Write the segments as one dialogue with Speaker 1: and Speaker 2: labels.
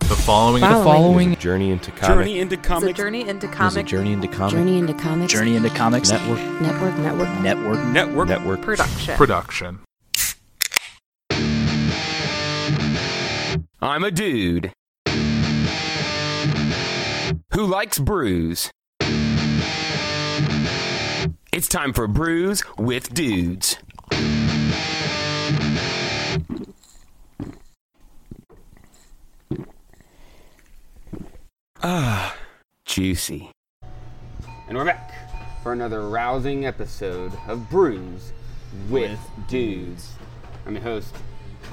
Speaker 1: The following
Speaker 2: The following
Speaker 3: There's a journey into comic.
Speaker 4: Journey into
Speaker 5: It's a
Speaker 4: comic
Speaker 5: journey into
Speaker 6: There's a
Speaker 5: comic
Speaker 6: Journey into Comics
Speaker 7: Journey into Comics.
Speaker 8: Journey into Comics
Speaker 6: Network.
Speaker 7: Network, network.
Speaker 8: Network.
Speaker 4: network.
Speaker 3: network.
Speaker 5: production.
Speaker 1: production.
Speaker 9: I'm a dude who likes brews. It's time for Brews with Dudes. Ah, juicy.
Speaker 10: And we're back for another rousing episode of Brews with, Dudes. I'm your host,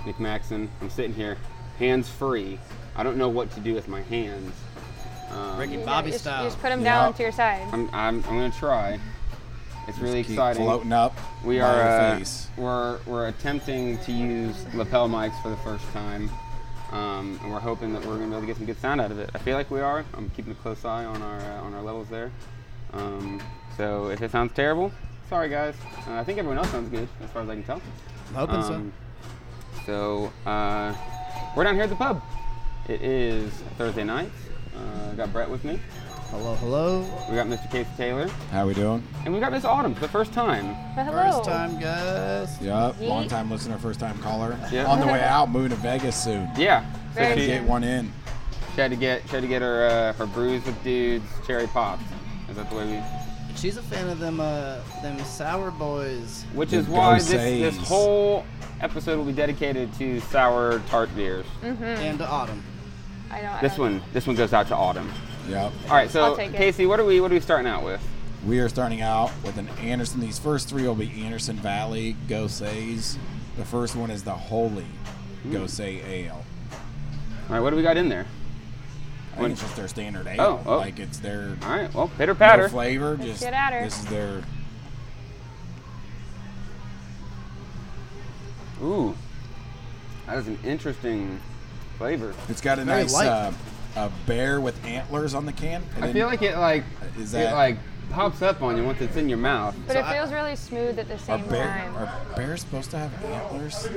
Speaker 10: Nick Maxon. I'm sitting here, hands free. I don't know what to do with my hands. Um,
Speaker 11: Ricky
Speaker 3: You
Speaker 11: Bobby
Speaker 3: just,
Speaker 11: style.
Speaker 3: you just put them down to your side.
Speaker 10: I'm, I'm, I'm gonna try. It's really
Speaker 11: Keep
Speaker 10: exciting.
Speaker 11: Floating up.
Speaker 10: We
Speaker 11: by
Speaker 10: are
Speaker 11: your
Speaker 10: uh,
Speaker 11: face.
Speaker 10: we're we're attempting to use lapel mics for the first time, um, and we're hoping that we're gonna be able to get some good sound out of it. I feel like we are. I'm keeping a close eye on our uh, on our levels there. Um, so if it sounds terrible, sorry guys. Uh, I think everyone else sounds good as far as I can tell.
Speaker 11: I'm hoping
Speaker 10: Um, so uh, we're down here at the pub. It is Thursday night. Uh, I got Brett with me.
Speaker 11: so. Hello, hello.
Speaker 10: We got Mr. Casey Taylor,
Speaker 2: How we doing?
Speaker 10: and we got Miss Autumn for the first time.
Speaker 3: But hello.
Speaker 11: First time, guys.
Speaker 2: Yep.
Speaker 3: Yeet.
Speaker 2: Long time listener, first time caller.
Speaker 10: Yeah.
Speaker 2: On the way out, moving to Vegas soon.
Speaker 10: Yeah. So
Speaker 3: Very
Speaker 10: she-
Speaker 2: Get one in.
Speaker 10: She had to get she had to get her uh, her brews with dudes cherry popped. Is that the way we?
Speaker 11: She's a fan of them, uh, them sour boys.
Speaker 10: Which
Speaker 2: The
Speaker 10: is why this
Speaker 2: Goseys.
Speaker 10: this whole episode will be dedicated to sour tart beers.
Speaker 3: Mm-hmm.
Speaker 11: And to autumn.
Speaker 3: I don't, I
Speaker 10: This
Speaker 3: don't-
Speaker 10: one this one goes out to autumn.
Speaker 2: Yep.
Speaker 10: All right, so
Speaker 3: I'll take it.
Speaker 10: Casey, what are we what are we starting out with?
Speaker 2: We are starting out with an Anderson. These first three will be Anderson Valley Gosays. The first one is the Holy Gosay Ale.
Speaker 10: All right, what do we got in there?
Speaker 2: I think it's just their standard ale.
Speaker 10: Oh, oh.
Speaker 2: Like it's their
Speaker 10: All right, well pitter
Speaker 2: no
Speaker 10: patter.
Speaker 2: flavor. Just
Speaker 3: get at her.
Speaker 2: this is their
Speaker 10: Ooh, that is an interesting flavor.
Speaker 2: It's got a
Speaker 11: Very
Speaker 2: nice
Speaker 11: light.
Speaker 2: uh, a bear with antlers on the can. And
Speaker 10: I
Speaker 2: then-
Speaker 10: feel like it like
Speaker 2: Is
Speaker 10: it
Speaker 2: that-
Speaker 10: like pops up on you once it's in your mouth.
Speaker 3: But it feels really smooth at the
Speaker 2: are
Speaker 3: same
Speaker 2: bear
Speaker 3: time.
Speaker 2: are bears supposed to have antlers?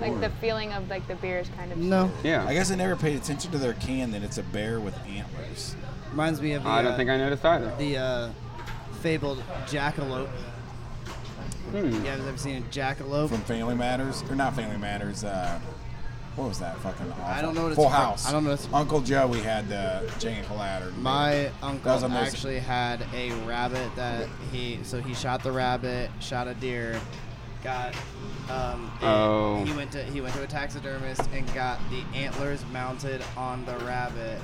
Speaker 3: like the feeling of like the beer is kind of.
Speaker 11: No.
Speaker 10: Yeah,
Speaker 2: I guess I never paid attention to their can that it's a bear with antlers.
Speaker 11: Reminds me of the,
Speaker 10: I
Speaker 11: uh,
Speaker 10: don't think I noticed either.
Speaker 11: the uh, fabled jackalope. You guys ever seen a jackalope?
Speaker 2: Hmm. From Family Matters or not Family Matters? Uh, what was that fucking? Awful?
Speaker 11: I don't know what it's
Speaker 2: Full
Speaker 11: from-
Speaker 2: House.
Speaker 11: I don't know what it's-
Speaker 2: Uncle Joe, we had the Jane Collateral.
Speaker 11: My
Speaker 2: That was
Speaker 11: uncle
Speaker 2: amazing.
Speaker 11: actually had a rabbit that he so he shot the rabbit, shot a deer, got um it-
Speaker 10: Oh.
Speaker 11: he went to he went to a taxidermist and got the antlers mounted on the rabbit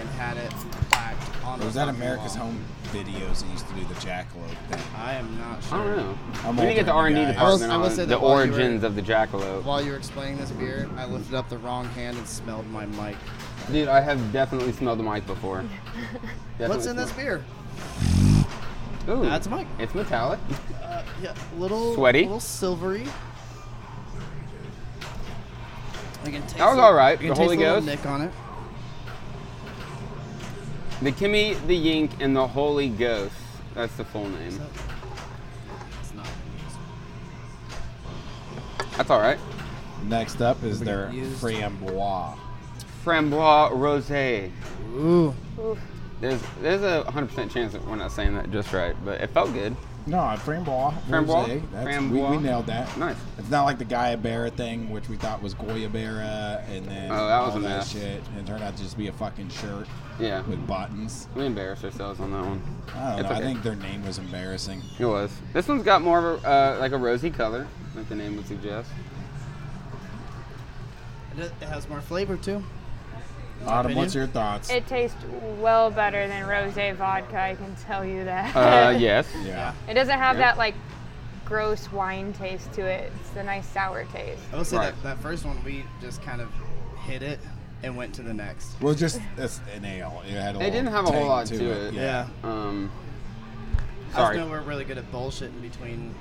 Speaker 11: and had it plaqued on
Speaker 2: Or
Speaker 11: the
Speaker 2: was that
Speaker 11: fucking
Speaker 2: America's
Speaker 11: wall.
Speaker 2: Home Videos that used to do the jackalope thing?
Speaker 11: I am not
Speaker 10: I
Speaker 2: Oh,
Speaker 11: sure.
Speaker 10: don't know.
Speaker 2: I'm
Speaker 10: we need to get the
Speaker 2: older
Speaker 10: R&D
Speaker 2: than you guys.
Speaker 11: I will-
Speaker 10: department
Speaker 11: I will
Speaker 10: on
Speaker 11: say that
Speaker 10: the
Speaker 11: while you were-
Speaker 10: origins of the jackalope.
Speaker 11: While you were explaining this beer, I lifted up the wrong hand and smelled my mic.
Speaker 10: Dude, I have definitely smelled the mic before.
Speaker 11: What's
Speaker 10: Definitely
Speaker 11: in this beer?
Speaker 10: smelled- Ooh,
Speaker 11: That's Mike.
Speaker 10: It's metallic.
Speaker 11: Yeah, little
Speaker 10: Sweaty?
Speaker 11: little silvery. I can taste
Speaker 10: That was
Speaker 11: a-
Speaker 10: all right.
Speaker 11: I can
Speaker 10: The
Speaker 11: taste
Speaker 10: Holy
Speaker 11: a little
Speaker 10: Ghost?
Speaker 11: Nick on it.
Speaker 10: The Kimmy, the Yink, and the Holy Ghost. That's the full name.
Speaker 11: It's not.
Speaker 10: That's all right.
Speaker 2: Next up is their
Speaker 11: Used.
Speaker 2: Frambois.
Speaker 10: Frambois Rosé.
Speaker 11: Ooh,
Speaker 10: There's there's a 100% chance that we're not saying that just right, but it felt good.
Speaker 2: No, uh, Frambois.
Speaker 10: Frambois?
Speaker 2: Rosé. That's,
Speaker 10: Frambois.
Speaker 2: We, we nailed that.
Speaker 10: Nice.
Speaker 2: It's not like the Guayabera thing, which we thought was Goyabera, and then
Speaker 10: Oh, that was
Speaker 2: all
Speaker 10: a
Speaker 2: that
Speaker 10: mess.
Speaker 2: shit, and it turned out to just be a fucking shirt
Speaker 10: Yeah.
Speaker 2: with buttons.
Speaker 10: We embarrassed ourselves on that one.
Speaker 2: I don't
Speaker 10: It's
Speaker 2: know.
Speaker 10: okay.
Speaker 2: I think their name was embarrassing.
Speaker 10: it was. This one's got more of a uh, like a rosy color, like the name would suggest.
Speaker 11: it does- it has more flavor too.
Speaker 2: Autumn,
Speaker 11: opinion?
Speaker 2: what's your thoughts?
Speaker 3: It tastes well better than rosé vodka. I can tell you that.
Speaker 10: Uh, yes.
Speaker 2: yeah.
Speaker 3: It doesn't have
Speaker 10: Yeah.
Speaker 3: that like gross wine taste to it. It's the nice sour taste.
Speaker 11: I will say
Speaker 10: Right.
Speaker 11: that that first one we just kind of hit it. and went to the next.
Speaker 2: Well, just that's an ale. It had a
Speaker 10: It didn't
Speaker 2: little
Speaker 10: have a whole
Speaker 2: tang
Speaker 10: lot
Speaker 2: to
Speaker 10: to
Speaker 2: it.
Speaker 10: it.
Speaker 11: Yeah.
Speaker 10: Um,
Speaker 11: I
Speaker 10: sorry.
Speaker 11: just know we're really good at bullshitting between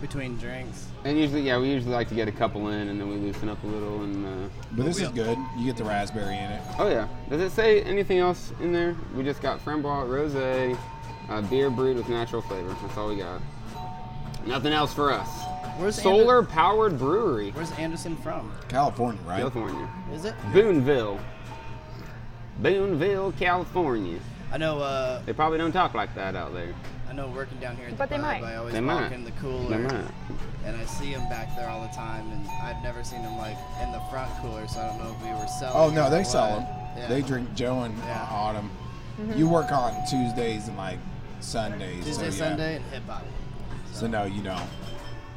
Speaker 11: between drinks.
Speaker 10: And usually, yeah, we usually like to get a couple in, and then we loosen up a little. And uh,
Speaker 2: But this is good. You get the raspberry in it.
Speaker 10: oh yeah, does it say anything else in there? We just got Frambois Rosé, uh, beer brewed with natural flavor. That's all we got. Nothing else for us.
Speaker 11: Where's
Speaker 10: Solar
Speaker 11: Ander-
Speaker 10: powered brewery,
Speaker 11: Where's Anderson from?
Speaker 2: California, right?
Speaker 10: California,
Speaker 11: Is it?
Speaker 10: Boonville, Boonville, California.
Speaker 11: I know. Uh,
Speaker 10: They probably don't talk like that out there.
Speaker 11: I know. Working down here at
Speaker 3: But
Speaker 11: the
Speaker 3: they
Speaker 11: pub,
Speaker 3: might.
Speaker 11: I always
Speaker 10: They
Speaker 11: walk
Speaker 10: might.
Speaker 11: in the
Speaker 10: They
Speaker 11: cooler,
Speaker 10: might.
Speaker 11: and I see him back there all the time, and I've never seen him like in the front cooler, so I don't know if we were selling.
Speaker 2: Oh no,
Speaker 11: or
Speaker 2: they
Speaker 11: what.
Speaker 2: sell them.
Speaker 11: Yeah.
Speaker 2: They drink Joe and uh,
Speaker 11: Yeah.
Speaker 2: Autumn. You work on Tuesdays and like Sundays.
Speaker 11: Tuesday,
Speaker 2: so, yeah.
Speaker 11: Sunday, and hip hop.
Speaker 2: So no, you don't.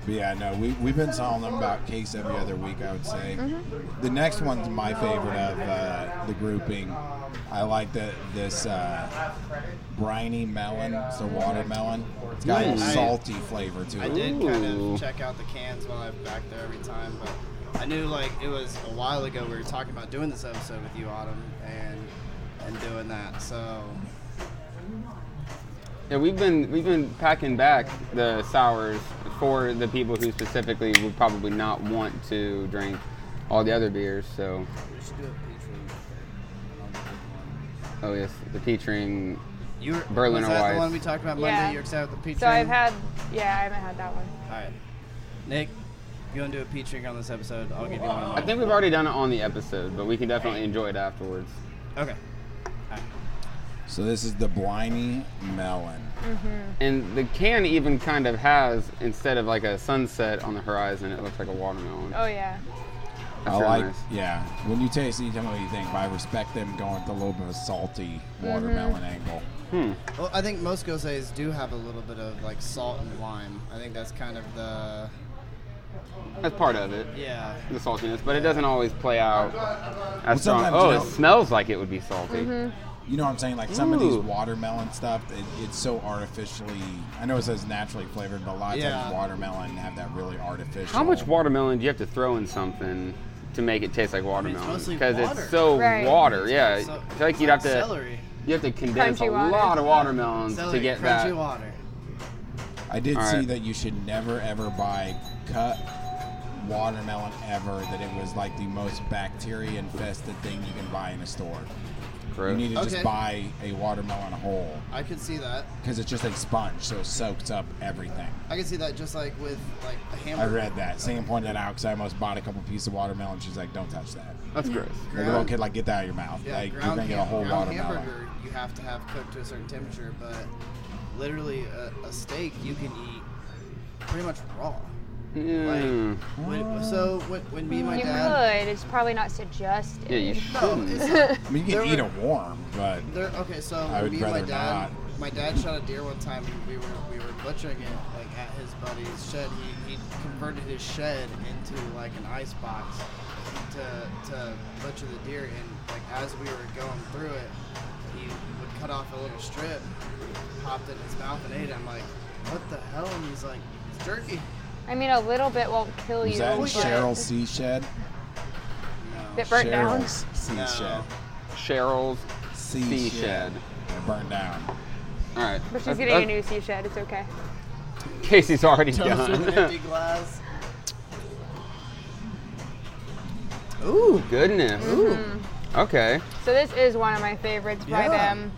Speaker 2: But yeah, no, we we've been selling them about case every other week. I would say. The next one's my favorite of uh, the grouping. I like the this uh, briny melon, so watermelon. It's got a
Speaker 10: Nice.
Speaker 2: salty flavor to it.
Speaker 11: I did kind
Speaker 10: Ooh.
Speaker 11: of check out the cans while I'm back there every time, but I knew like it was a while ago we were talking about doing this episode with you, Autumn, and and doing that. So
Speaker 10: Yeah, we've been we've been packing back the sours for the people who specifically would probably not want to drink all the other beers. So, oh yes, the peach ring.
Speaker 11: you were
Speaker 10: Berliner
Speaker 11: was that
Speaker 10: Weiss.
Speaker 11: the one we talked about Monday?
Speaker 3: Yeah.
Speaker 11: You were excited with the peach
Speaker 3: So
Speaker 11: ring?
Speaker 3: I've had, yeah, I haven't had that one.
Speaker 11: All right, Nick, if you want to do a peach ring on this episode? I'll give you one. Of
Speaker 10: I
Speaker 11: mine.
Speaker 10: think we've already done it on the episode, but we can definitely enjoy it afterwards.
Speaker 11: Okay.
Speaker 2: So this is the briny melon.
Speaker 10: And the can even kind of has instead of like a sunset on the horizon, it looks like a watermelon.
Speaker 3: Oh yeah.
Speaker 10: That's
Speaker 2: I
Speaker 10: really
Speaker 2: like,
Speaker 10: nice.
Speaker 2: yeah. When you taste it, you tell me what you think. But I respect them going with a little bit of salty
Speaker 10: Mm-hmm.
Speaker 2: watermelon angle.
Speaker 11: Well, I think most gosés do have a little bit of like salt and lime. I think that's kind of the
Speaker 10: That's part of it.
Speaker 11: yeah.
Speaker 10: The saltiness, but it doesn't always play out as strong.
Speaker 2: sometimes,
Speaker 10: Oh,
Speaker 2: you
Speaker 10: it
Speaker 2: know- Mm-hmm.
Speaker 10: smells like it would be salty.
Speaker 2: You know what I'm saying? Like some of these
Speaker 10: Ooh.
Speaker 2: watermelon stuff, it, it's so artificially. I know it says naturally flavored, but a lot of
Speaker 11: Yeah.
Speaker 2: times watermelon have that really artificial.
Speaker 10: How much watermelon do you have to throw in something to make it taste like watermelon?
Speaker 11: mostly
Speaker 10: Because it's,
Speaker 11: water.
Speaker 10: so
Speaker 3: Right.
Speaker 10: water, yeah.
Speaker 11: So-
Speaker 10: I feel like you'd have to
Speaker 11: celery,
Speaker 10: you have to condense
Speaker 3: Crunchy
Speaker 10: a
Speaker 3: water.
Speaker 10: lot of watermelons
Speaker 11: celery,
Speaker 10: to get
Speaker 11: crunchy
Speaker 10: that.
Speaker 11: water.
Speaker 2: I did
Speaker 10: All
Speaker 2: see
Speaker 10: right.
Speaker 2: that you should never ever buy cut watermelon ever. That it was like the most bacteria infested thing you can buy in a store. You
Speaker 10: Gross.
Speaker 2: need to
Speaker 11: Okay.
Speaker 2: just buy a watermelon whole
Speaker 11: I could see that.
Speaker 2: because it's just a sponge, so it soaks up everything.
Speaker 11: I can see that just like with like a
Speaker 2: I
Speaker 11: hamburger.
Speaker 2: read that. Sam pointed that out because I almost bought a couple pieces of watermelon. She's like, "Don't touch that."
Speaker 10: That's gross.
Speaker 2: Like,
Speaker 11: Ground-
Speaker 2: little kid, like, get that out of your mouth.
Speaker 11: Yeah,
Speaker 2: like, you're
Speaker 11: ground,
Speaker 2: gonna get a
Speaker 11: ham-
Speaker 2: whole
Speaker 11: ground
Speaker 2: watermelon.
Speaker 11: hamburger you have to have cooked to a certain temperature, but literally a, a steak you can eat pretty much raw.
Speaker 10: Mm.
Speaker 11: When, so when, when me and my
Speaker 3: You
Speaker 11: dad,
Speaker 3: could. It's probably not suggested.
Speaker 10: Yeah, you
Speaker 11: no,
Speaker 10: shouldn't.
Speaker 11: it's not,
Speaker 2: I mean, you
Speaker 11: There
Speaker 2: can eat
Speaker 11: were-
Speaker 2: it warm, but
Speaker 11: There, okay, so
Speaker 2: I would
Speaker 11: me and my
Speaker 2: rather
Speaker 11: dad,
Speaker 2: not.
Speaker 11: my dad shot a deer one time. and We were we were butchering it like at his buddy's shed. He, he converted his shed into like an ice box to to butcher the deer. And like as we were going through it, he would cut off a little strip, popped it in his mouth, and ate it. I'm like, what the hell? And he's like, it's jerky.
Speaker 3: I mean, a little bit won't kill
Speaker 2: was
Speaker 3: you.
Speaker 2: that in
Speaker 3: but-
Speaker 2: Cheryl's sea shed?
Speaker 11: No.
Speaker 3: That burnt down.
Speaker 2: Cheryl's sea
Speaker 11: No.
Speaker 2: shed.
Speaker 10: Cheryl's
Speaker 2: Sea,
Speaker 10: Sea
Speaker 2: shed.
Speaker 10: shed.
Speaker 2: It burned down.
Speaker 10: All right.
Speaker 3: But she's
Speaker 10: That's-
Speaker 3: getting a
Speaker 10: that's-
Speaker 3: new sea shed. It's okay.
Speaker 10: Casey's already
Speaker 11: Toast with an empty
Speaker 10: done.
Speaker 11: glass.
Speaker 10: Ooh, goodness.
Speaker 3: Mm-hmm.
Speaker 10: Okay.
Speaker 3: So this is one of my favorites by
Speaker 11: Yeah.
Speaker 3: them.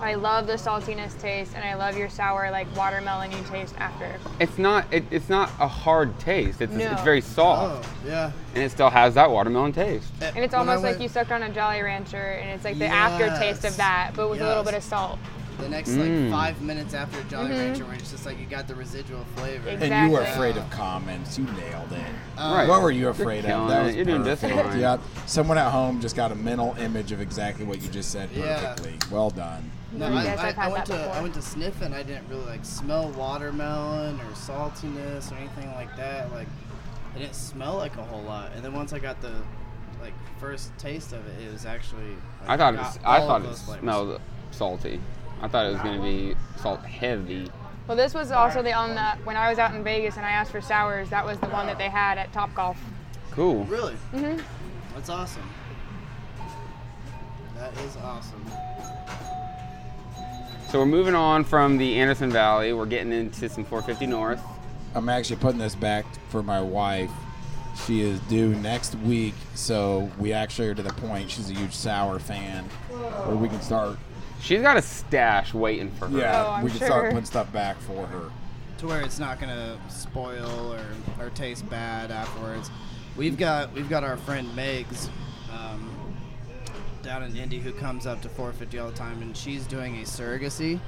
Speaker 3: I love the saltiness taste, and I love your sour like watermelon you taste after.
Speaker 10: It's not it, it's not a hard taste. It's,
Speaker 3: No.
Speaker 10: it's very
Speaker 11: Oh
Speaker 10: soft,
Speaker 11: yeah.
Speaker 10: and it still has that watermelon taste.
Speaker 3: And it's almost like you suck on a Jolly Rancher, and it's like the aftertaste
Speaker 11: Yes.
Speaker 3: of that, but with a little
Speaker 11: Yes.
Speaker 3: bit of salt.
Speaker 11: The next
Speaker 10: Mm.
Speaker 11: like five minutes after Jolly Rancher, where it's just like you got the residual flavor.
Speaker 3: Ex-
Speaker 2: And you were
Speaker 3: Mm-hmm. Exactly.
Speaker 2: afraid of comments. You nailed it.
Speaker 11: Uh,
Speaker 10: right.
Speaker 2: What were you afraid
Speaker 10: killing
Speaker 2: of? That
Speaker 10: it.
Speaker 2: was
Speaker 10: You're doing just
Speaker 2: perfect.
Speaker 10: fine.
Speaker 2: Yep. Someone at home just got a mental image of exactly what you just said
Speaker 11: Yeah.
Speaker 2: perfectly. Well done.
Speaker 11: No,
Speaker 3: I
Speaker 11: I,
Speaker 3: guess
Speaker 11: I,
Speaker 3: I've
Speaker 11: I
Speaker 3: had
Speaker 11: went
Speaker 3: that
Speaker 11: to I
Speaker 3: before.
Speaker 11: went to sniff and I didn't really like smell watermelon or saltiness or anything like that. Like it didn't smell like a whole lot. And then once I got the like first taste of it, it was actually. Like,
Speaker 10: I thought it
Speaker 11: got
Speaker 10: was, I
Speaker 11: all
Speaker 10: thought
Speaker 11: of
Speaker 10: it
Speaker 11: those flavors.
Speaker 10: smelled salty. I thought it was going to be salt heavy.
Speaker 3: Well, this was also the on the when I was out in Vegas and I asked for sours. That was the one that they had at Top Golf.
Speaker 10: Cool.
Speaker 11: Really. Mm-hmm. That's awesome. is awesome.
Speaker 10: So we're moving on from the Anderson Valley. We're getting into some 450 North.
Speaker 2: I'm actually putting this back for my wife. She is due next week, so we actually are to the point. She's a huge sour fan, where we can start.
Speaker 10: She's got a stash waiting for her.
Speaker 3: Oh, I'm
Speaker 2: we can start
Speaker 3: sure.
Speaker 2: putting stuff back for her.
Speaker 11: to where it's not gonna spoil or, or taste bad afterwards. We've got we've got our friend Megs um, down in Indy who comes up to 450 all the time, and she's doing a surrogacy,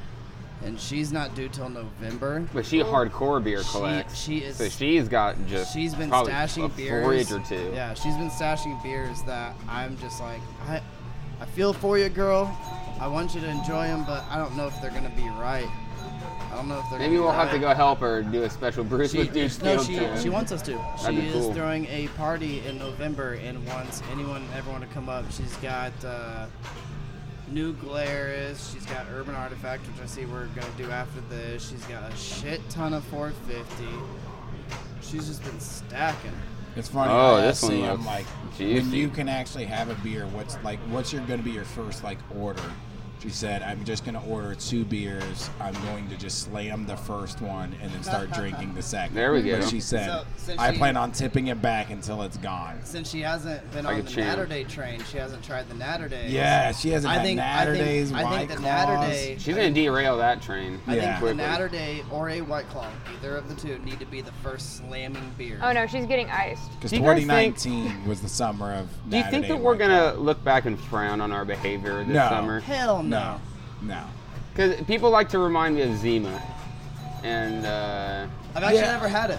Speaker 11: and she's not due till November.
Speaker 10: But she hardcore beer
Speaker 11: She-
Speaker 10: collects.
Speaker 11: she is-
Speaker 10: So she's got just.
Speaker 11: She's been
Speaker 10: probably
Speaker 11: stashing
Speaker 10: a
Speaker 11: beers.
Speaker 10: fridge or two.
Speaker 11: Yeah, she's been stashing beers that I'm just like I, I feel for you, girl. I want you to enjoy them, but I don't know if they're gonna be right. I don't know if they're.
Speaker 10: Maybe
Speaker 11: gonna
Speaker 10: we'll
Speaker 11: be
Speaker 10: have to
Speaker 11: right.
Speaker 10: go help her do a special brews
Speaker 11: She,
Speaker 10: with dudes.
Speaker 11: no,
Speaker 10: field
Speaker 11: she,
Speaker 10: trip.
Speaker 11: she wants us to.
Speaker 10: That'd
Speaker 11: she
Speaker 10: be
Speaker 11: is
Speaker 10: cool.
Speaker 11: throwing a party in November and wants anyone, everyone to come up. She's got uh, New Glarus. She's got Urban Artifact, which I see we're going to do after this. She's got a shit ton of 450. She's just been stacking.
Speaker 2: It's funny.
Speaker 10: Oh,
Speaker 2: I
Speaker 10: this one
Speaker 2: see,
Speaker 10: looks
Speaker 2: I'm like, when
Speaker 10: juicy.
Speaker 2: you can actually have a beer, what's like, what's your going to be your first like order? She said, "I'm just going to order two beers. I'm going to just slam the first one and then start drinking the second.
Speaker 10: There we go.
Speaker 2: But she said,
Speaker 11: So, since
Speaker 2: "I
Speaker 11: she-
Speaker 2: plan on tipping it back until it's gone."
Speaker 11: Since she hasn't been
Speaker 10: Like
Speaker 11: on
Speaker 10: a
Speaker 11: the
Speaker 10: champ.
Speaker 11: Natterday train, she hasn't tried the Natterday.
Speaker 2: Yeah, she hasn't
Speaker 11: I
Speaker 2: had
Speaker 11: think- I think-
Speaker 2: Natterdays,
Speaker 11: I think
Speaker 2: White
Speaker 11: the
Speaker 2: Claws.
Speaker 11: Natterday-
Speaker 10: She's gonna derail that train.
Speaker 11: I
Speaker 2: Yeah.
Speaker 11: think
Speaker 10: quickly.
Speaker 11: the Natterday or a White Claw, either of the two, need to be the first slamming beer.
Speaker 3: Oh no, she's getting iced.
Speaker 2: Because
Speaker 10: Do you guys
Speaker 2: 2019 was the summer of.
Speaker 10: Do you think
Speaker 2: Natterday
Speaker 10: that we're
Speaker 2: White
Speaker 10: gonna
Speaker 2: Claw.
Speaker 10: look back and frown on our behavior this
Speaker 2: No.
Speaker 10: summer?
Speaker 11: Hell
Speaker 2: No, no.
Speaker 10: Because people like to remind me of Zima, and uh,
Speaker 11: I've actually
Speaker 2: Yeah.
Speaker 11: never had it.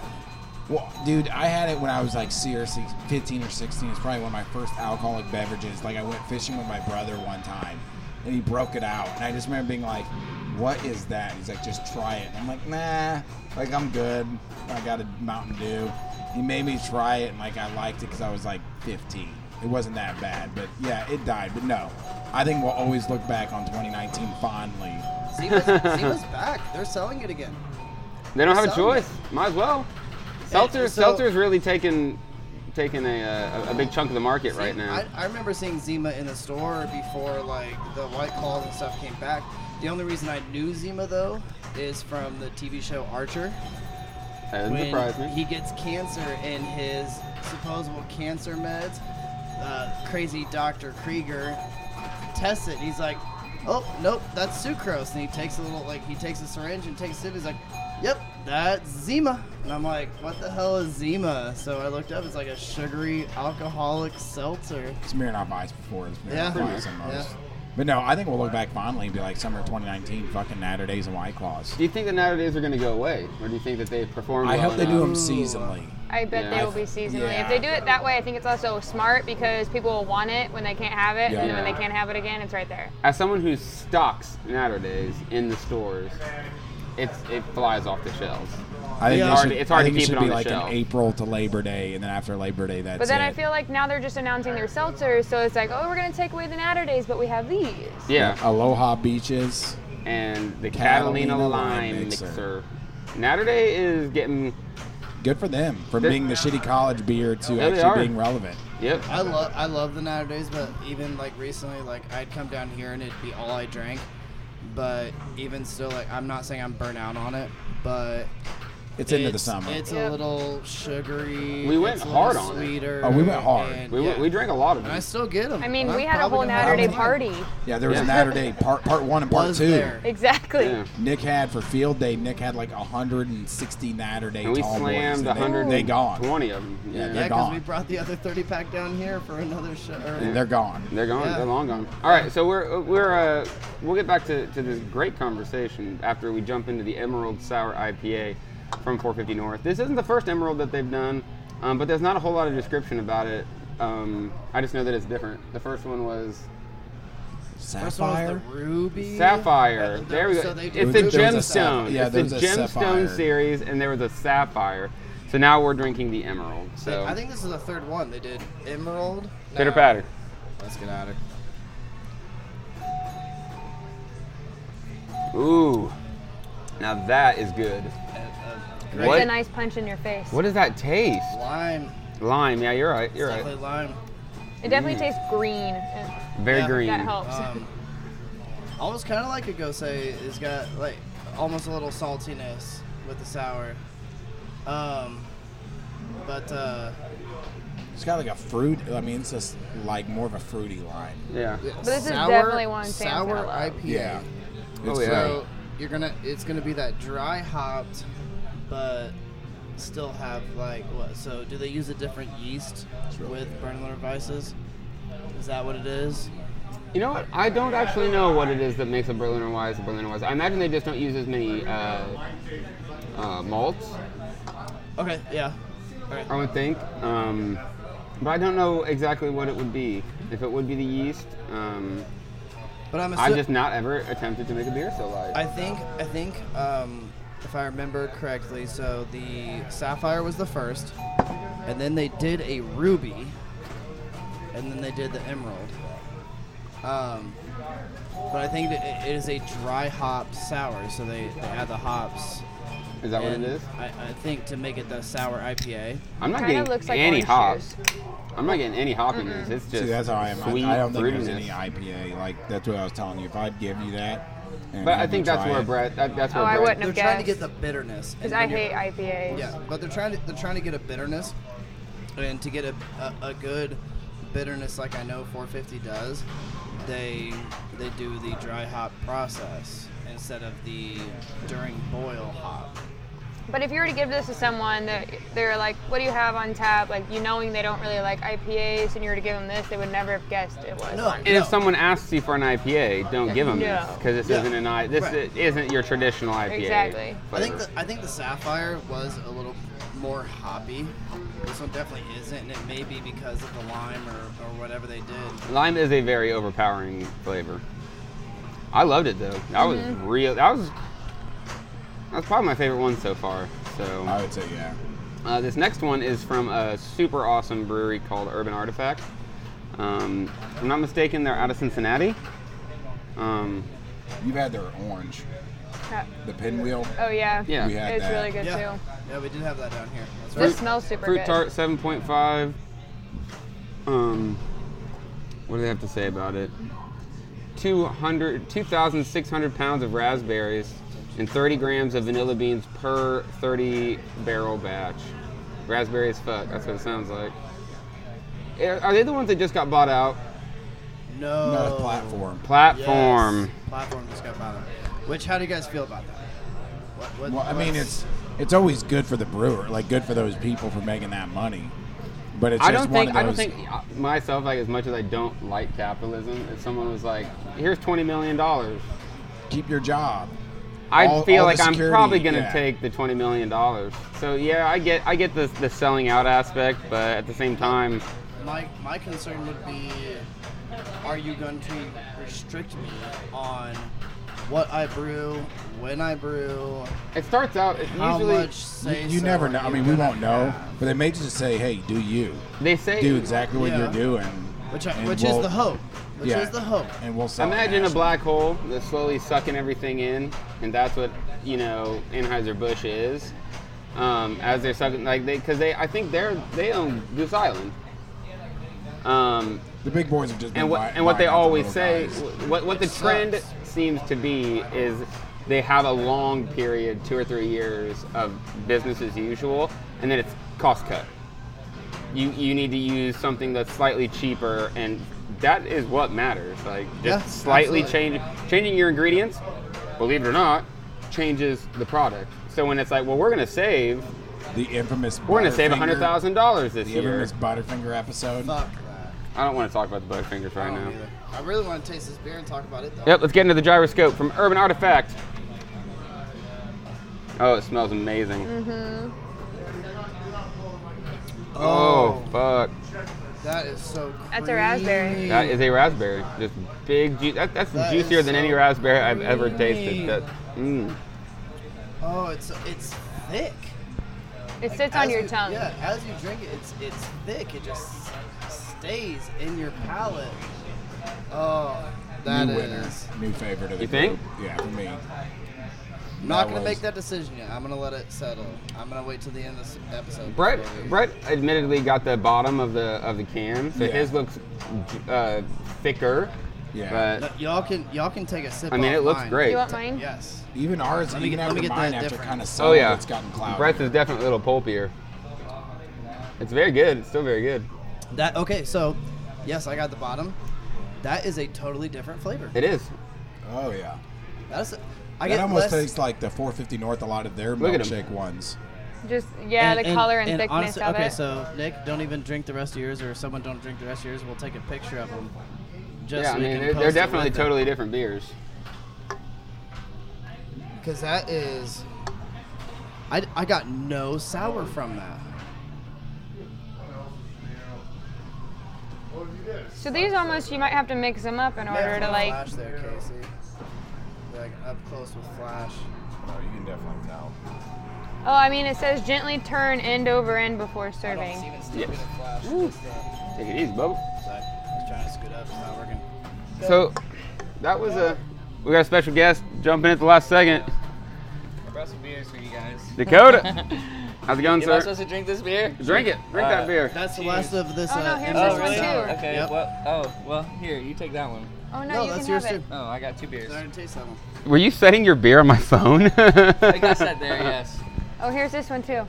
Speaker 2: Well, dude, I had it when I was like seriously 15 or 16. It's probably one of my first alcoholic beverages. Like I went fishing with my brother one time, and he broke it out, and I just remember being like, "What is that?" He's like, "Just try it." And I'm like, "Nah, like I'm good. I got a Mountain Dew." He made me try it, and like I liked it because I was like 15. It wasn't that bad, but yeah, it died. But no, I think we'll always look back on 2019 fondly.
Speaker 11: Ziva's, Ziva's back. They're selling it again.
Speaker 10: they don't have a
Speaker 11: Seltzer.
Speaker 10: choice. Might as well. Seltzer,
Speaker 11: so-
Speaker 10: Seltzer's really taking taking a, uh, a, a big chunk of the market right
Speaker 11: See,
Speaker 10: now.
Speaker 11: I, I remember seeing Zima in the store before like the White Claws and stuff came back. The only reason I knew Zima though is from the TV show Archer.
Speaker 10: that doesn't surprise me.
Speaker 11: he gets cancer and his supposable cancer meds, uh, crazy Dr. Krieger tests it and he's like, Oh, nope, that's sucrose. And he takes a little like he takes a syringe and takes a sip, he's like, Yep, that's Zima. And I'm like, What the hell is Zima? So I looked up, it's like a sugary alcoholic seltzer.
Speaker 2: Smirnoff Ice before. Smirnoff
Speaker 11: Yeah.
Speaker 2: yeah. Ice and most.
Speaker 11: Yeah.
Speaker 2: But no, I think we'll look back fondly and be like summer 2019, fucking Natterdays and White Claws.
Speaker 10: do you think the nowadays are gonna go away, or do you think that they perform?
Speaker 2: I
Speaker 10: well
Speaker 2: hope they do them
Speaker 10: enough?
Speaker 2: seasonally.
Speaker 3: I bet
Speaker 10: Yeah.
Speaker 3: they will be seasonally.
Speaker 2: Yeah.
Speaker 3: If they do it that way, I think it's also smart because people will want it when they can't have it, and then when
Speaker 10: Yeah.
Speaker 3: they can't have it again, it's right there.
Speaker 10: As someone who stocks nowadays in the stores, it's it flies off the shelves.
Speaker 2: I think
Speaker 11: Yeah.
Speaker 2: they
Speaker 11: Hard-
Speaker 2: should,
Speaker 10: it's hard
Speaker 2: I think
Speaker 10: to keep
Speaker 2: it should
Speaker 10: it
Speaker 2: be
Speaker 10: on the
Speaker 2: like
Speaker 10: shelf.
Speaker 2: an April to Labor Day, and then after Labor Day, that's
Speaker 3: But then I
Speaker 2: it.
Speaker 3: feel like now they're just announcing their seltzers, so it's like, oh, we're gonna take away the Natterdays, but we have these.
Speaker 10: Yeah.
Speaker 2: Aloha Beaches.
Speaker 10: and the Catalina,
Speaker 2: Oh. Catalina
Speaker 10: Lime,
Speaker 2: Lime
Speaker 10: mixer.
Speaker 2: Mixer.
Speaker 10: Natterday is getting.
Speaker 2: Good for them from
Speaker 10: They're-
Speaker 2: being the shitty college beer to
Speaker 10: Yeah, they are.
Speaker 2: actually being relevant.
Speaker 10: Yep.
Speaker 11: I love I love the nowadays, but even like recently, like I'd come down here and it'd be all I drank. But even still, like I'm not saying I'm burnt out on it, but
Speaker 2: It's into the summer.
Speaker 11: It's
Speaker 3: Yep.
Speaker 11: a little sugary.
Speaker 10: We went
Speaker 11: it's a
Speaker 10: hard
Speaker 11: little
Speaker 10: on it.
Speaker 11: sweeter,
Speaker 2: Oh, we went hard.
Speaker 11: and-
Speaker 10: We,
Speaker 11: yeah.
Speaker 10: we drank a lot of
Speaker 11: And I
Speaker 10: them.
Speaker 11: still get them.
Speaker 3: I mean, we had a whole Natterday
Speaker 2: Natterday
Speaker 3: party.
Speaker 2: Yeah, there was
Speaker 10: Yeah.
Speaker 2: a Natterday part part one and part
Speaker 11: Was
Speaker 2: two.
Speaker 11: there.
Speaker 3: Exactly.
Speaker 10: Yeah.
Speaker 2: Nick had for field day. Nick had like 160 Natterday
Speaker 10: And we
Speaker 2: tall
Speaker 10: slammed
Speaker 2: boys. and they, they gone.
Speaker 10: 120 of them.
Speaker 2: Yeah,
Speaker 10: Yeah.
Speaker 11: Yeah,
Speaker 2: They're
Speaker 11: because we
Speaker 2: gone.
Speaker 11: brought the other 30 pack down here for another show. or-
Speaker 2: They're gone.
Speaker 10: They're gone.
Speaker 11: Yeah.
Speaker 10: They're long gone. All right, so we're we're uh, we'll get back to, to this great conversation after we jump into the Emerald Sour IPA from 450 North. This isn't the first Emerald that they've done, um, but there's not a whole lot of description about it. Um, I just know that it's different. The first one was
Speaker 11: First one was
Speaker 2: Sapphire.
Speaker 11: the ruby.
Speaker 10: Sapphire.
Speaker 11: Uh,
Speaker 10: there we go.
Speaker 11: so they
Speaker 10: it's
Speaker 11: do-
Speaker 10: the
Speaker 2: There was- there was a
Speaker 10: gemstone.
Speaker 2: sapphire. Yeah, there
Speaker 10: it's the
Speaker 2: was a
Speaker 10: gemstone
Speaker 2: sapphire.
Speaker 10: series, and there was a sapphire. So now we're drinking the emerald. So
Speaker 11: I think uh, this is the third one. They did emerald.
Speaker 10: pitter
Speaker 11: No.
Speaker 10: patter.
Speaker 11: Let's get out of here.
Speaker 10: Ooh, now that is good.
Speaker 11: Great.
Speaker 3: It's
Speaker 10: What?
Speaker 3: a nice punch in your face.
Speaker 10: What does that taste?
Speaker 11: Lime.
Speaker 10: Lime. Yeah, you're right. You're
Speaker 11: It's
Speaker 10: right.
Speaker 11: Definitely lime.
Speaker 3: It definitely tastes green. and
Speaker 10: Very
Speaker 11: Yeah.
Speaker 10: green.
Speaker 3: That helps.
Speaker 11: Um, almost kind of like a gose. It's got like almost a little saltiness with the sour. Um, but uh,
Speaker 2: It's got like a fruit. I mean, it's just like more of a fruity line.
Speaker 10: Yeah.
Speaker 11: but
Speaker 3: this is definitely one Sam's
Speaker 11: sour
Speaker 3: gonna love.
Speaker 11: IPA.
Speaker 2: Yeah. It's
Speaker 10: Oh, yeah.
Speaker 2: fruity.
Speaker 11: So you're gonna it's gonna be that dry hopped, but still have like what? So do they use a different yeast
Speaker 2: really
Speaker 11: with Burning Leather Vices? Is that what it is?
Speaker 10: You know what? I don't actually know what it is that makes a Berliner Weiss a Berliner Weiss. I imagine they just don't use as many uh, uh, malts.
Speaker 11: Okay, yeah. All right.
Speaker 10: I would think. Um, but I don't know exactly what it would be. If it would be the yeast, um,
Speaker 11: But I'm
Speaker 10: I've
Speaker 11: assuming.
Speaker 10: just not ever attempted to make a beer so light.
Speaker 11: I think I think um, if I remember correctly, so the sapphire was the first, and then they did a ruby, and then they did the emerald. Um, but I think that it it is a dry hop sour, so they, they add the hops.
Speaker 10: is that what it
Speaker 11: and
Speaker 10: is?
Speaker 11: I, I think to make it the sour IPA.
Speaker 10: I'm not
Speaker 3: Kinda
Speaker 10: getting
Speaker 3: looks like
Speaker 10: any
Speaker 3: orange
Speaker 10: hops. I'm not getting any hoppiness. It's just
Speaker 2: See, that's how I am. I,
Speaker 10: sweet
Speaker 2: I don't think there's
Speaker 10: fruitiness.
Speaker 2: any IPA. Like that's what I was telling you. If I'd give you that, and
Speaker 10: But
Speaker 2: have
Speaker 10: I
Speaker 2: you
Speaker 10: think that's
Speaker 2: try
Speaker 10: where
Speaker 2: it-
Speaker 10: Brett. That, that's
Speaker 3: Oh,
Speaker 10: where
Speaker 3: I
Speaker 10: Brett.
Speaker 3: wouldn't
Speaker 11: They're
Speaker 3: have
Speaker 11: trying to
Speaker 3: guessed.
Speaker 11: get the bitterness. and
Speaker 3: Because I
Speaker 11: when you're-
Speaker 3: hate IPAs.
Speaker 11: Yeah, but they're trying to they're trying to get a bitterness, and to get a, a, a good bitterness like I know 450 does, they they do the dry hop process instead of the during boil hop.
Speaker 3: But if you were to give this to someone that they're like, what do you have on tap? Like, you knowing they don't really like IPAs and you were to give them this, they would never have guessed it was.
Speaker 11: No,
Speaker 3: one.
Speaker 10: And if someone asks you for an IPA, don't give them this
Speaker 3: No.
Speaker 10: because this
Speaker 11: Yeah.
Speaker 10: isn't an I. This
Speaker 11: Right.
Speaker 10: i- isn't your traditional IPA.
Speaker 3: Exactly.
Speaker 11: I think
Speaker 10: flavor.
Speaker 11: the, I think the sapphire was a little more hoppy. This one definitely isn't, and it may be because of the lime or, or whatever they did.
Speaker 10: Lime is a very overpowering flavor. I loved it though. That
Speaker 3: Mm-hmm.
Speaker 10: was real. That was that's probably my favorite one so far.
Speaker 2: I
Speaker 10: So
Speaker 2: would say yeah.
Speaker 10: uh, this next one is from a super awesome brewery called Urban Artifact. Um, if I'm not mistaken, they're out of Cincinnati. Um,
Speaker 2: You've had their orange,
Speaker 3: Yeah.
Speaker 2: the pinwheel.
Speaker 3: Oh, yeah.
Speaker 10: Yeah.
Speaker 2: We had
Speaker 3: It's
Speaker 2: that.
Speaker 3: really good,
Speaker 11: Yeah,
Speaker 3: too.
Speaker 11: yeah, we did have that down here. That's right.
Speaker 3: This smells super
Speaker 10: fruit
Speaker 3: good.
Speaker 10: tart 7.5. Um, what do they have to say about it? 200 2,600 pounds of raspberries and 30 grams of vanilla beans per 30 barrel batch. Raspberry as fuck. That's what it sounds like. Eh, Are are they the ones that just got bought out?
Speaker 11: No,
Speaker 2: Not a platform.
Speaker 10: Platform.
Speaker 11: Yes, Platform just got bottom. Which, how do you guys feel about that? What, what,
Speaker 2: Well, I mean,
Speaker 11: what's-
Speaker 2: it's it's always good for the brewer, like good for those people for making that money. But it's
Speaker 10: I
Speaker 2: just
Speaker 10: don't
Speaker 2: one
Speaker 10: think
Speaker 2: of
Speaker 10: I don't
Speaker 2: those-
Speaker 10: think uh, myself like as much as I don't like capitalism. If someone was like, "Here's 20 million dollars,"
Speaker 2: keep your job.
Speaker 10: I
Speaker 2: All-
Speaker 10: feel
Speaker 2: all the
Speaker 10: like I'm
Speaker 2: security,
Speaker 10: probably gonna
Speaker 2: yeah.
Speaker 10: take the twenty million dollars. So yeah, I get I get the the selling out aspect, but at the same time,
Speaker 11: my my concern would be, are you going to restrict me on what I brew, when I brew,
Speaker 10: it starts out. It
Speaker 11: how
Speaker 10: usually
Speaker 11: much? Say
Speaker 2: You
Speaker 11: so
Speaker 2: never
Speaker 11: are
Speaker 2: know. I
Speaker 11: you
Speaker 2: mean, we
Speaker 11: gonna
Speaker 2: won't know.
Speaker 11: have?
Speaker 2: But they may just say, "Hey, do you
Speaker 10: they say.
Speaker 2: do exactly what
Speaker 11: Yeah.
Speaker 2: you're doing?"
Speaker 11: Which I,
Speaker 2: and
Speaker 11: which
Speaker 2: we'll-
Speaker 11: is the hope. Which
Speaker 2: yeah,
Speaker 11: is the hope.
Speaker 2: And we'll sell it
Speaker 10: Imagine a
Speaker 2: nationally.
Speaker 10: black hole that's slowly sucking everything in, and that's what you know Anheuser Busch is. Um, as they're sucking, like they, because they, I think they're they own Goose Island. Um,
Speaker 2: The big boys have just been
Speaker 10: and what
Speaker 2: buy-
Speaker 10: and what they
Speaker 2: buying out the
Speaker 10: always
Speaker 2: little
Speaker 10: say,
Speaker 2: guys.
Speaker 10: wh- what what the
Speaker 11: It sucks.
Speaker 10: trend seems to be is they have a long period, two or three years of business as usual, and then it's cost cut. You you need to use something that's slightly cheaper, and that is what matters. Like just
Speaker 11: Yeah,
Speaker 10: slightly
Speaker 11: absolutely.
Speaker 10: change changing your ingredients, believe it or not, changes the product. So when it's like, well, we're gonna save,
Speaker 2: the infamous.
Speaker 10: we're gonna save
Speaker 2: Butterfinger-
Speaker 10: hundred thousand dollars this
Speaker 2: The
Speaker 10: year.
Speaker 2: infamous Butterfinger episode.
Speaker 11: Fuck that.
Speaker 10: I don't want to talk about the Butterfingers
Speaker 11: I
Speaker 10: right
Speaker 11: don't
Speaker 10: now.
Speaker 11: either. I really want to taste this beer and talk about it though.
Speaker 10: Yep, let's get into the gyroscope from Urban Artifact. Oh, it smells amazing.
Speaker 11: Mm-hmm.
Speaker 10: Oh, fuck.
Speaker 11: Oh, that is so. Creamy.
Speaker 3: That's a raspberry.
Speaker 10: That is a raspberry. Just big juice. That, that's
Speaker 11: That is
Speaker 10: juicier than any
Speaker 11: so
Speaker 10: raspberry I've ever
Speaker 11: creamy.
Speaker 10: tasted. That, mm.
Speaker 11: Oh, it's it's thick.
Speaker 3: It sits
Speaker 11: As
Speaker 3: on your
Speaker 11: you-
Speaker 3: tongue.
Speaker 11: Yeah, as you drink it, it's it's thick. It just stays in your palate. Oh, that
Speaker 2: new
Speaker 11: is.
Speaker 2: winner, new favorite of the
Speaker 10: You think?
Speaker 2: group. Yeah, for me.
Speaker 11: I'm not
Speaker 2: That
Speaker 11: gonna
Speaker 2: was-
Speaker 11: make that decision yet. I'm gonna let it settle. I'm gonna wait till the end of this episode.
Speaker 10: Brett,
Speaker 11: before we-
Speaker 10: Brett admittedly got the bottom of the of the can, so
Speaker 2: Yeah.
Speaker 10: his looks uh, thicker.
Speaker 2: Yeah.
Speaker 10: But oh,
Speaker 11: No, y'all can y'all can take a sip.
Speaker 10: I mean,
Speaker 11: off
Speaker 10: it looks
Speaker 11: mine.
Speaker 10: great.
Speaker 3: You want mine?
Speaker 11: Yes.
Speaker 2: Even ours,
Speaker 11: Let me
Speaker 2: even
Speaker 11: get- let
Speaker 2: after
Speaker 11: me get
Speaker 2: mine,
Speaker 11: that
Speaker 2: after
Speaker 11: different.
Speaker 2: kind of
Speaker 10: oh
Speaker 2: settled,
Speaker 10: yeah,
Speaker 2: it's gotten cloudy.
Speaker 10: Brett's is definitely a little pulpier. It's very good. It's still very good.
Speaker 11: That okay. So, yes, I got the bottom. That is a totally different flavor.
Speaker 10: It is.
Speaker 2: oh yeah.
Speaker 11: That's I
Speaker 2: It
Speaker 11: get
Speaker 2: almost
Speaker 11: less.
Speaker 2: tastes like the 450 North. A lot of their
Speaker 10: Look at 'em.
Speaker 2: milkshake ones.
Speaker 3: Just yeah, the color and, thickness
Speaker 11: honestly,
Speaker 3: of
Speaker 11: okay,
Speaker 3: it.
Speaker 11: so Nick, don't even drink the rest of yours, or if someone don't drink the rest of yours, we'll take a picture of them. Just
Speaker 10: yeah,
Speaker 11: so
Speaker 10: I
Speaker 11: we
Speaker 10: mean,
Speaker 11: can
Speaker 10: they're, they're definitely totally different beers.
Speaker 11: Because that is, I, I got no sour from that.
Speaker 3: So these almost you might have to mix them up in order to like.
Speaker 11: flash there, Casey. Like up close with flash.
Speaker 2: Oh, you can definitely tell.
Speaker 3: Oh, I mean it says gently turn end over end before
Speaker 11: I don't see
Speaker 3: serving.
Speaker 11: it sticking
Speaker 10: Yes.
Speaker 11: in flash.
Speaker 10: Woo.
Speaker 11: Just, uh,
Speaker 10: Take it easy, Bubba.
Speaker 11: so I was trying to scoot up, it's not working.
Speaker 10: So that was a. We got a special guest jumping in at the last second.
Speaker 1: brought some beers for you guys.
Speaker 10: Dakota, how's it going,
Speaker 1: Am I
Speaker 10: sir?
Speaker 1: supposed to drink this beer?
Speaker 10: Drink it. Drink that
Speaker 1: Uh,
Speaker 10: beer.
Speaker 11: That's the last of this.
Speaker 3: Oh, no,
Speaker 11: uh,
Speaker 3: here's
Speaker 11: Indian
Speaker 1: Oh,
Speaker 3: There's one
Speaker 1: really?
Speaker 11: sour.
Speaker 3: too.
Speaker 1: Okay.
Speaker 11: Yep.
Speaker 1: Well, oh, well, here, you take that one.
Speaker 3: Oh no,
Speaker 11: no,
Speaker 3: you can
Speaker 11: that's
Speaker 3: have
Speaker 11: yours
Speaker 3: it.
Speaker 11: too.
Speaker 1: Oh, I got two beers.
Speaker 11: I didn't taste that one.
Speaker 10: Were you setting your beer on my phone?
Speaker 1: I got set there, yes.
Speaker 3: Oh, here's this one too.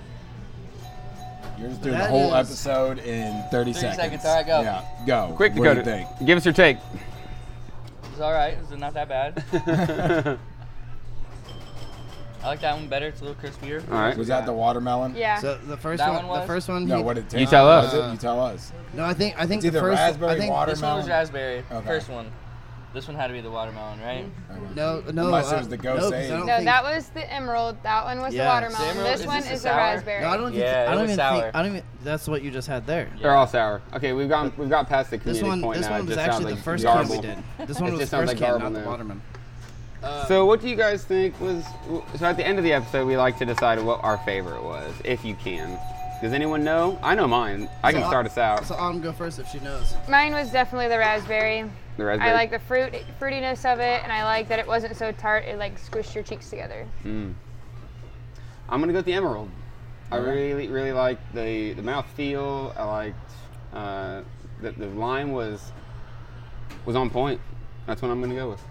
Speaker 2: You're just doing
Speaker 11: That
Speaker 2: the whole
Speaker 11: is-
Speaker 2: episode in 30
Speaker 1: 30
Speaker 2: seconds.
Speaker 1: seconds, all right, go.
Speaker 2: Yeah, go.
Speaker 10: Quick,
Speaker 2: what
Speaker 10: Dakota.
Speaker 2: do you think?
Speaker 10: Give us your take.
Speaker 1: It's all right. It's not that bad. I like that one better. It's a little crispier.
Speaker 10: All right.
Speaker 2: Was that the watermelon?
Speaker 3: Yeah.
Speaker 11: So the first
Speaker 1: That
Speaker 11: one,
Speaker 1: one
Speaker 11: the
Speaker 1: was?
Speaker 11: first one.
Speaker 2: No,
Speaker 11: he-
Speaker 2: what it tastes
Speaker 10: You tell
Speaker 2: like.
Speaker 10: us.
Speaker 2: Is it? You tell us.
Speaker 11: No, I think I think
Speaker 2: It's either
Speaker 11: the first.
Speaker 2: raspberry,
Speaker 11: I think,
Speaker 1: This one was
Speaker 2: watermelon.
Speaker 1: raspberry.
Speaker 2: Okay.
Speaker 1: First one. This one had to be the watermelon, right?
Speaker 5: Mm-hmm.
Speaker 11: No, no.
Speaker 2: Unless it
Speaker 11: uh,
Speaker 2: was the Go
Speaker 11: no, 'cause
Speaker 2: Save.
Speaker 11: I don't
Speaker 3: No,
Speaker 11: think-
Speaker 3: that was the emerald. That one was
Speaker 11: Yeah.
Speaker 3: the
Speaker 1: So
Speaker 3: watermelon.
Speaker 1: emerald-
Speaker 3: this
Speaker 1: is
Speaker 3: one
Speaker 1: this the
Speaker 3: is the
Speaker 1: sour?
Speaker 3: raspberry.
Speaker 11: No, I don't. Think,
Speaker 1: Yeah,
Speaker 11: I
Speaker 1: it
Speaker 11: don't
Speaker 1: was
Speaker 11: even
Speaker 1: sour.
Speaker 11: think. I don't even. That's what you just had there.
Speaker 10: They're all sour. Okay, we've gone. We've got past the comedic
Speaker 11: This one.
Speaker 10: point
Speaker 11: This
Speaker 10: now.
Speaker 11: one
Speaker 10: it
Speaker 11: was
Speaker 10: just sounds
Speaker 11: actually
Speaker 10: like
Speaker 11: the first
Speaker 10: garble.
Speaker 11: one we did. This one
Speaker 10: It
Speaker 11: was the
Speaker 10: just sounds
Speaker 11: first
Speaker 10: like
Speaker 11: can,
Speaker 10: garble
Speaker 11: not the
Speaker 10: now.
Speaker 11: watermelon.
Speaker 10: So, what do you guys think was? So, at the end of the episode, we like to decide what our favorite was, if you can. Does anyone know? I know mine. I can
Speaker 11: So
Speaker 10: start us out.
Speaker 11: So Autumn go first if she knows.
Speaker 3: Mine was definitely the raspberry.
Speaker 10: The raspberry.
Speaker 3: I like the fruit fruitiness of it, and I like that it wasn't so tart. It like squished your cheeks together.
Speaker 10: I'm gonna go with the emerald. I really, really like the the mouth feel. I liked uh, the the lime was was on point. That's what I'm gonna go with.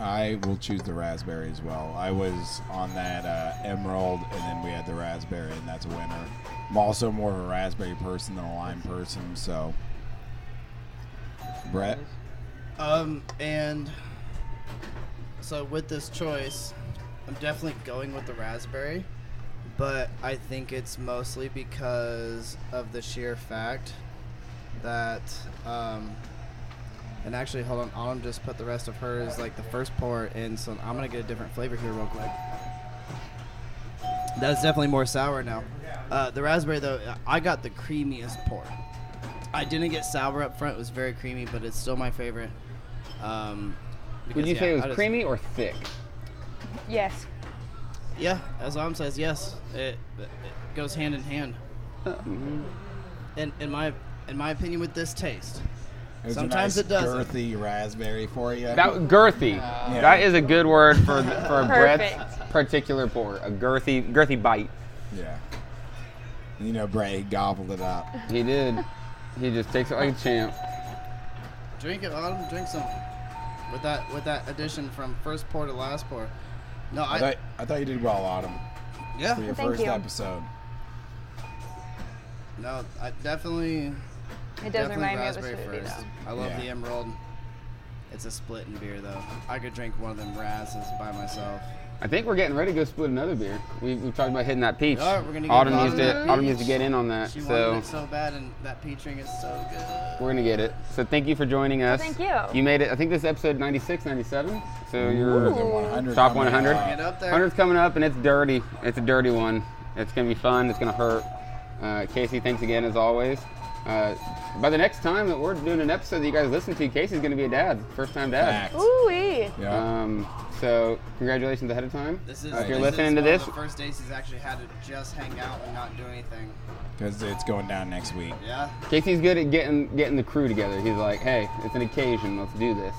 Speaker 2: I will choose the raspberry as well. I was on that uh, emerald, and then we had the raspberry, and that's a winner. I'm also more of a raspberry person than a lime person, so. Brett,
Speaker 11: Um, and so with this choice, I'm definitely going with the raspberry, but I think it's mostly because of the sheer fact that, um, and actually, hold on, Autumn just put the rest of hers like the first pour in, so I'm gonna get a different flavor here real quick. That's definitely more sour now. Uh, the raspberry though, I got the creamiest pour. I didn't get sour up front. It was very creamy, but it's still my favorite. Um,
Speaker 10: Would
Speaker 11: because,
Speaker 10: you
Speaker 11: yeah,
Speaker 10: say it was
Speaker 11: I just-
Speaker 10: creamy or thick?
Speaker 3: Yes.
Speaker 11: Yeah, as Om says, yes. It, it goes hand in hand.
Speaker 3: Mm-hmm.
Speaker 11: In, in my in my opinion, with this taste,
Speaker 2: it was
Speaker 11: Sometimes
Speaker 2: a nice
Speaker 11: it doesn't.
Speaker 2: girthy raspberry for you.
Speaker 10: That girthy. That is a good word for th- for Brett's
Speaker 3: Perfect.
Speaker 10: particular pour. A girthy girthy bite.
Speaker 2: yeah. You know, Brett he gobbled it up.
Speaker 10: He did. He just takes it like a champ.
Speaker 11: drink it, Autumn. Drink some. With that with that addition from first pour to last pour. No,
Speaker 2: I
Speaker 11: I,
Speaker 2: thought, I thought you did well, Autumn,
Speaker 11: yeah.
Speaker 2: for your
Speaker 3: Thank
Speaker 2: first
Speaker 3: you.
Speaker 2: episode.
Speaker 11: No, I definitely
Speaker 3: It does
Speaker 11: definitely
Speaker 3: remind me of a
Speaker 11: raspberry
Speaker 3: smoothie
Speaker 11: first.
Speaker 3: though.
Speaker 11: I love
Speaker 2: Yeah.
Speaker 11: the emerald. It's a split in beer though. I could drink one of them razzes by myself.
Speaker 10: I think we're getting ready to go split another beer. We, we talked about hitting that peach.
Speaker 11: All right, we're gonna get
Speaker 10: Autumn
Speaker 11: Autumn
Speaker 10: needs to
Speaker 11: that
Speaker 10: Autumn
Speaker 11: peach.
Speaker 10: needs to get in on that.
Speaker 11: She wanted
Speaker 10: so
Speaker 11: it so bad, and that peach ring is so good.
Speaker 10: We're gonna get it. So thank you for joining us.
Speaker 3: thank you.
Speaker 10: You made it. I think this is episode 96, 97. So
Speaker 2: Or the
Speaker 10: you're
Speaker 2: 100
Speaker 10: Top
Speaker 2: coming
Speaker 10: 100?
Speaker 2: up.
Speaker 11: Get up there.
Speaker 10: 100's coming up, and it's dirty. It's a dirty one. It's gonna be fun. It's gonna hurt. Uh, Casey, thanks again as always. Uh, by the next time that we're doing an episode that you guys listen to, Casey's gonna be a dad, first time dad.
Speaker 2: Facts.
Speaker 3: Ooh wee.
Speaker 2: Yeah.
Speaker 10: Um, so congratulations ahead of time. Uh,
Speaker 11: This is.
Speaker 10: if you're
Speaker 11: this
Speaker 10: listening
Speaker 11: is
Speaker 10: to
Speaker 11: one of
Speaker 10: this,
Speaker 11: the first days he's actually had to just hang out and not do anything.
Speaker 2: Because it's going down next week.
Speaker 11: Yeah.
Speaker 10: Casey's good at getting getting the crew together. He's like, hey, it's an occasion, let's do this.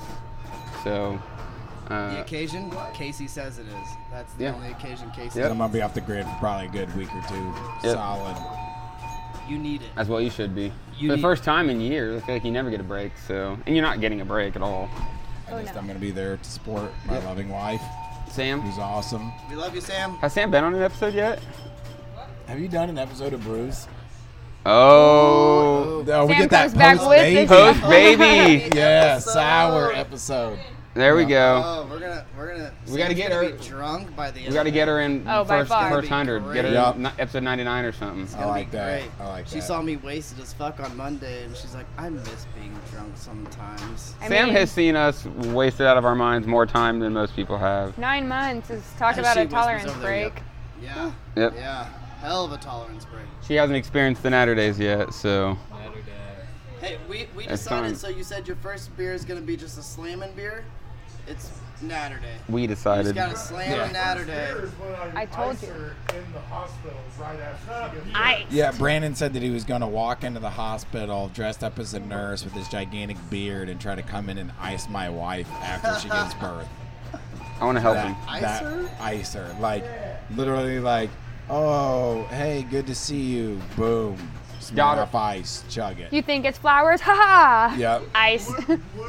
Speaker 10: So Uh,
Speaker 11: The occasion, Casey says it is. That's the
Speaker 10: Yeah.
Speaker 11: only occasion Casey.
Speaker 10: Yep.
Speaker 2: I'm gonna be off the grid for probably a good week or two.
Speaker 10: Yep.
Speaker 2: Solid.
Speaker 11: You need it.
Speaker 10: As well, you should be.
Speaker 11: You
Speaker 10: For the
Speaker 11: need-
Speaker 10: first time in years, I feel like you never get a break. So, and you're not getting a break at all.
Speaker 2: I
Speaker 3: Oh,
Speaker 2: just, I'm gonna be there to support my loving wife,
Speaker 10: Sam,
Speaker 2: who's awesome.
Speaker 11: We love you, Sam.
Speaker 10: has Sam been on an episode yet?
Speaker 2: Have you done an episode of Bruce?
Speaker 10: Oh,
Speaker 2: No, we
Speaker 3: Sam
Speaker 2: get that
Speaker 3: comes back
Speaker 2: post
Speaker 3: with it.
Speaker 10: post baby.
Speaker 2: Yeah, sour episode.
Speaker 10: There we go.
Speaker 11: Oh, we're gonna we're gonna.
Speaker 10: We gotta
Speaker 11: Sam's
Speaker 10: get
Speaker 11: gonna
Speaker 10: her-
Speaker 11: Be drunk by the end.
Speaker 10: We got to
Speaker 11: of
Speaker 10: get
Speaker 11: it.
Speaker 10: her in
Speaker 3: Oh, by
Speaker 10: first
Speaker 3: far.
Speaker 10: first hundred. Get her
Speaker 2: Yup.
Speaker 10: in ni- episode ninety nine or something.
Speaker 2: I
Speaker 11: It's gonna
Speaker 2: like
Speaker 11: be
Speaker 2: that.
Speaker 11: great.
Speaker 2: I like
Speaker 11: She
Speaker 2: that.
Speaker 11: saw me wasted as fuck on Monday, and she's like, "I miss being drunk sometimes."
Speaker 3: I
Speaker 10: Sam
Speaker 3: mean,
Speaker 10: has seen us wasted out of our minds more time than most people have.
Speaker 3: nine months is talk
Speaker 11: She
Speaker 3: about a
Speaker 11: whispers
Speaker 3: tolerance
Speaker 11: over there,
Speaker 3: break.
Speaker 11: yep. Yeah.
Speaker 10: Yep.
Speaker 11: Yeah. Hell of a tolerance break.
Speaker 10: She hasn't experienced the Natter days yet, so
Speaker 11: Hey, we, we
Speaker 10: That's
Speaker 11: decided.
Speaker 10: fine.
Speaker 11: So you said your first beer is gonna be just a slamming beer. It's Natterday.
Speaker 10: we
Speaker 11: You just
Speaker 10: decided.
Speaker 11: gotta slam a Natterday.
Speaker 3: I told you.
Speaker 4: In the hospital right after she gets
Speaker 3: I
Speaker 2: Yeah, Brandon said that he was going to walk into the hospital dressed up as a nurse with his gigantic beard and try to come in and ice my wife after she gives birth.
Speaker 10: I want to help him.
Speaker 2: That, that
Speaker 11: Ice
Speaker 2: ice her. Like, literally, like, oh, hey, good to see you. Boom. Smear
Speaker 10: Got her.
Speaker 2: off ice. Chug it.
Speaker 3: you think it's flowers? Ha ha.
Speaker 2: yep.
Speaker 3: Ice.
Speaker 4: Blue, blue,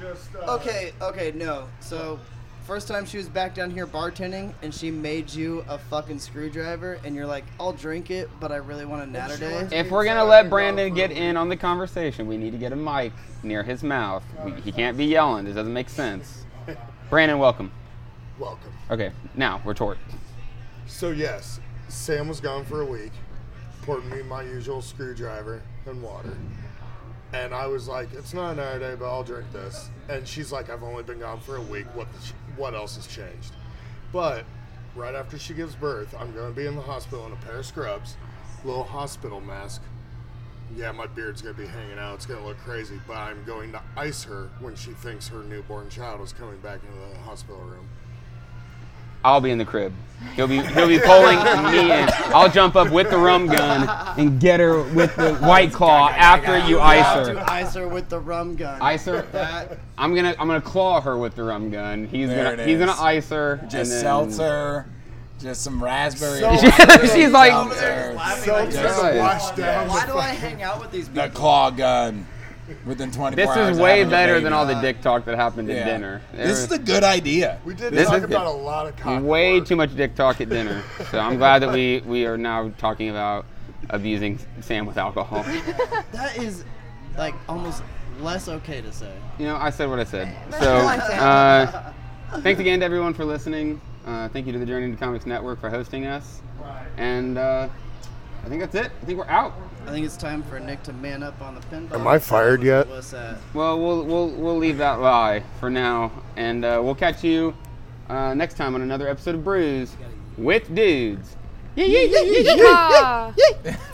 Speaker 4: just. Uh,
Speaker 11: Okay, okay, no. So, first time she was back down here bartending, and she made you a fucking screwdriver, and you're like, "I'll drink it, but I really want a Natterday."
Speaker 10: If we're gonna let Brandon get in on the conversation, we need to get a mic near his mouth. We, he can't be yelling. This doesn't make sense. Brandon, welcome.
Speaker 4: Welcome.
Speaker 10: Okay, now retort.
Speaker 4: So, yes, Sam was gone for a week, poured me my usual screwdriver and water. And I was like, it's not an hour day, but I'll drink this. And she's like, I've only been gone for a week. What, the ch- what else has changed? But right after she gives birth, I'm going to be in the hospital in a pair of scrubs, little hospital mask. Yeah, my beard's going to be hanging out. It's going to look crazy, but I'm going to ice her when she thinks her newborn child is coming back into the hospital room.
Speaker 10: I'll be in the crib. He'll be he'll be pulling me in. I'll jump up with the rum gun and get her with the white claw after you ice
Speaker 11: To
Speaker 10: her.
Speaker 11: ice her with the rum gun.
Speaker 10: Ice her.
Speaker 11: That
Speaker 10: I'm gonna I'm gonna claw her with the rum gun. He's
Speaker 2: There
Speaker 10: gonna
Speaker 2: it
Speaker 10: he's gonna
Speaker 2: is.
Speaker 10: ice her. and
Speaker 2: Just
Speaker 10: then-
Speaker 2: seltzer. Just some raspberry.
Speaker 10: She's like,
Speaker 2: seltzer,
Speaker 4: Seltzer
Speaker 10: Christ.
Speaker 4: washed down.
Speaker 11: Why do I hang out with these people?
Speaker 2: the claw gun. Within 24
Speaker 10: this
Speaker 2: hours.
Speaker 10: is
Speaker 2: of
Speaker 10: way
Speaker 2: having a
Speaker 10: better
Speaker 2: baby.
Speaker 10: than all the dick talk that happened at
Speaker 2: Yeah.
Speaker 10: dinner.
Speaker 2: This is a good idea.
Speaker 4: We did
Speaker 10: This
Speaker 4: talk
Speaker 10: is
Speaker 4: about
Speaker 10: good.
Speaker 4: a lot of cock.
Speaker 10: way
Speaker 4: work.
Speaker 10: too much dick talk at dinner. So I'm glad that we we are now talking about abusing Sam with alcohol.
Speaker 11: That is like almost less okay to say.
Speaker 10: You know, I said what I said.
Speaker 3: That's
Speaker 10: So
Speaker 3: nonsense.
Speaker 10: uh, thanks again to everyone for listening. Uh, thank you to the Journey into Comics Network for hosting us. And uh, I think that's it. I think we're out.
Speaker 11: I think it's time for Nick to man up on the pinball.
Speaker 4: Am I fired yet?
Speaker 11: What's that?
Speaker 10: Well, we'll we'll we'll leave that lie for now, and uh, we'll catch you uh, next time on another episode of Brews with Dudes. Yeah, yeah, yeah, yeah, yeah.
Speaker 3: Yeehaw.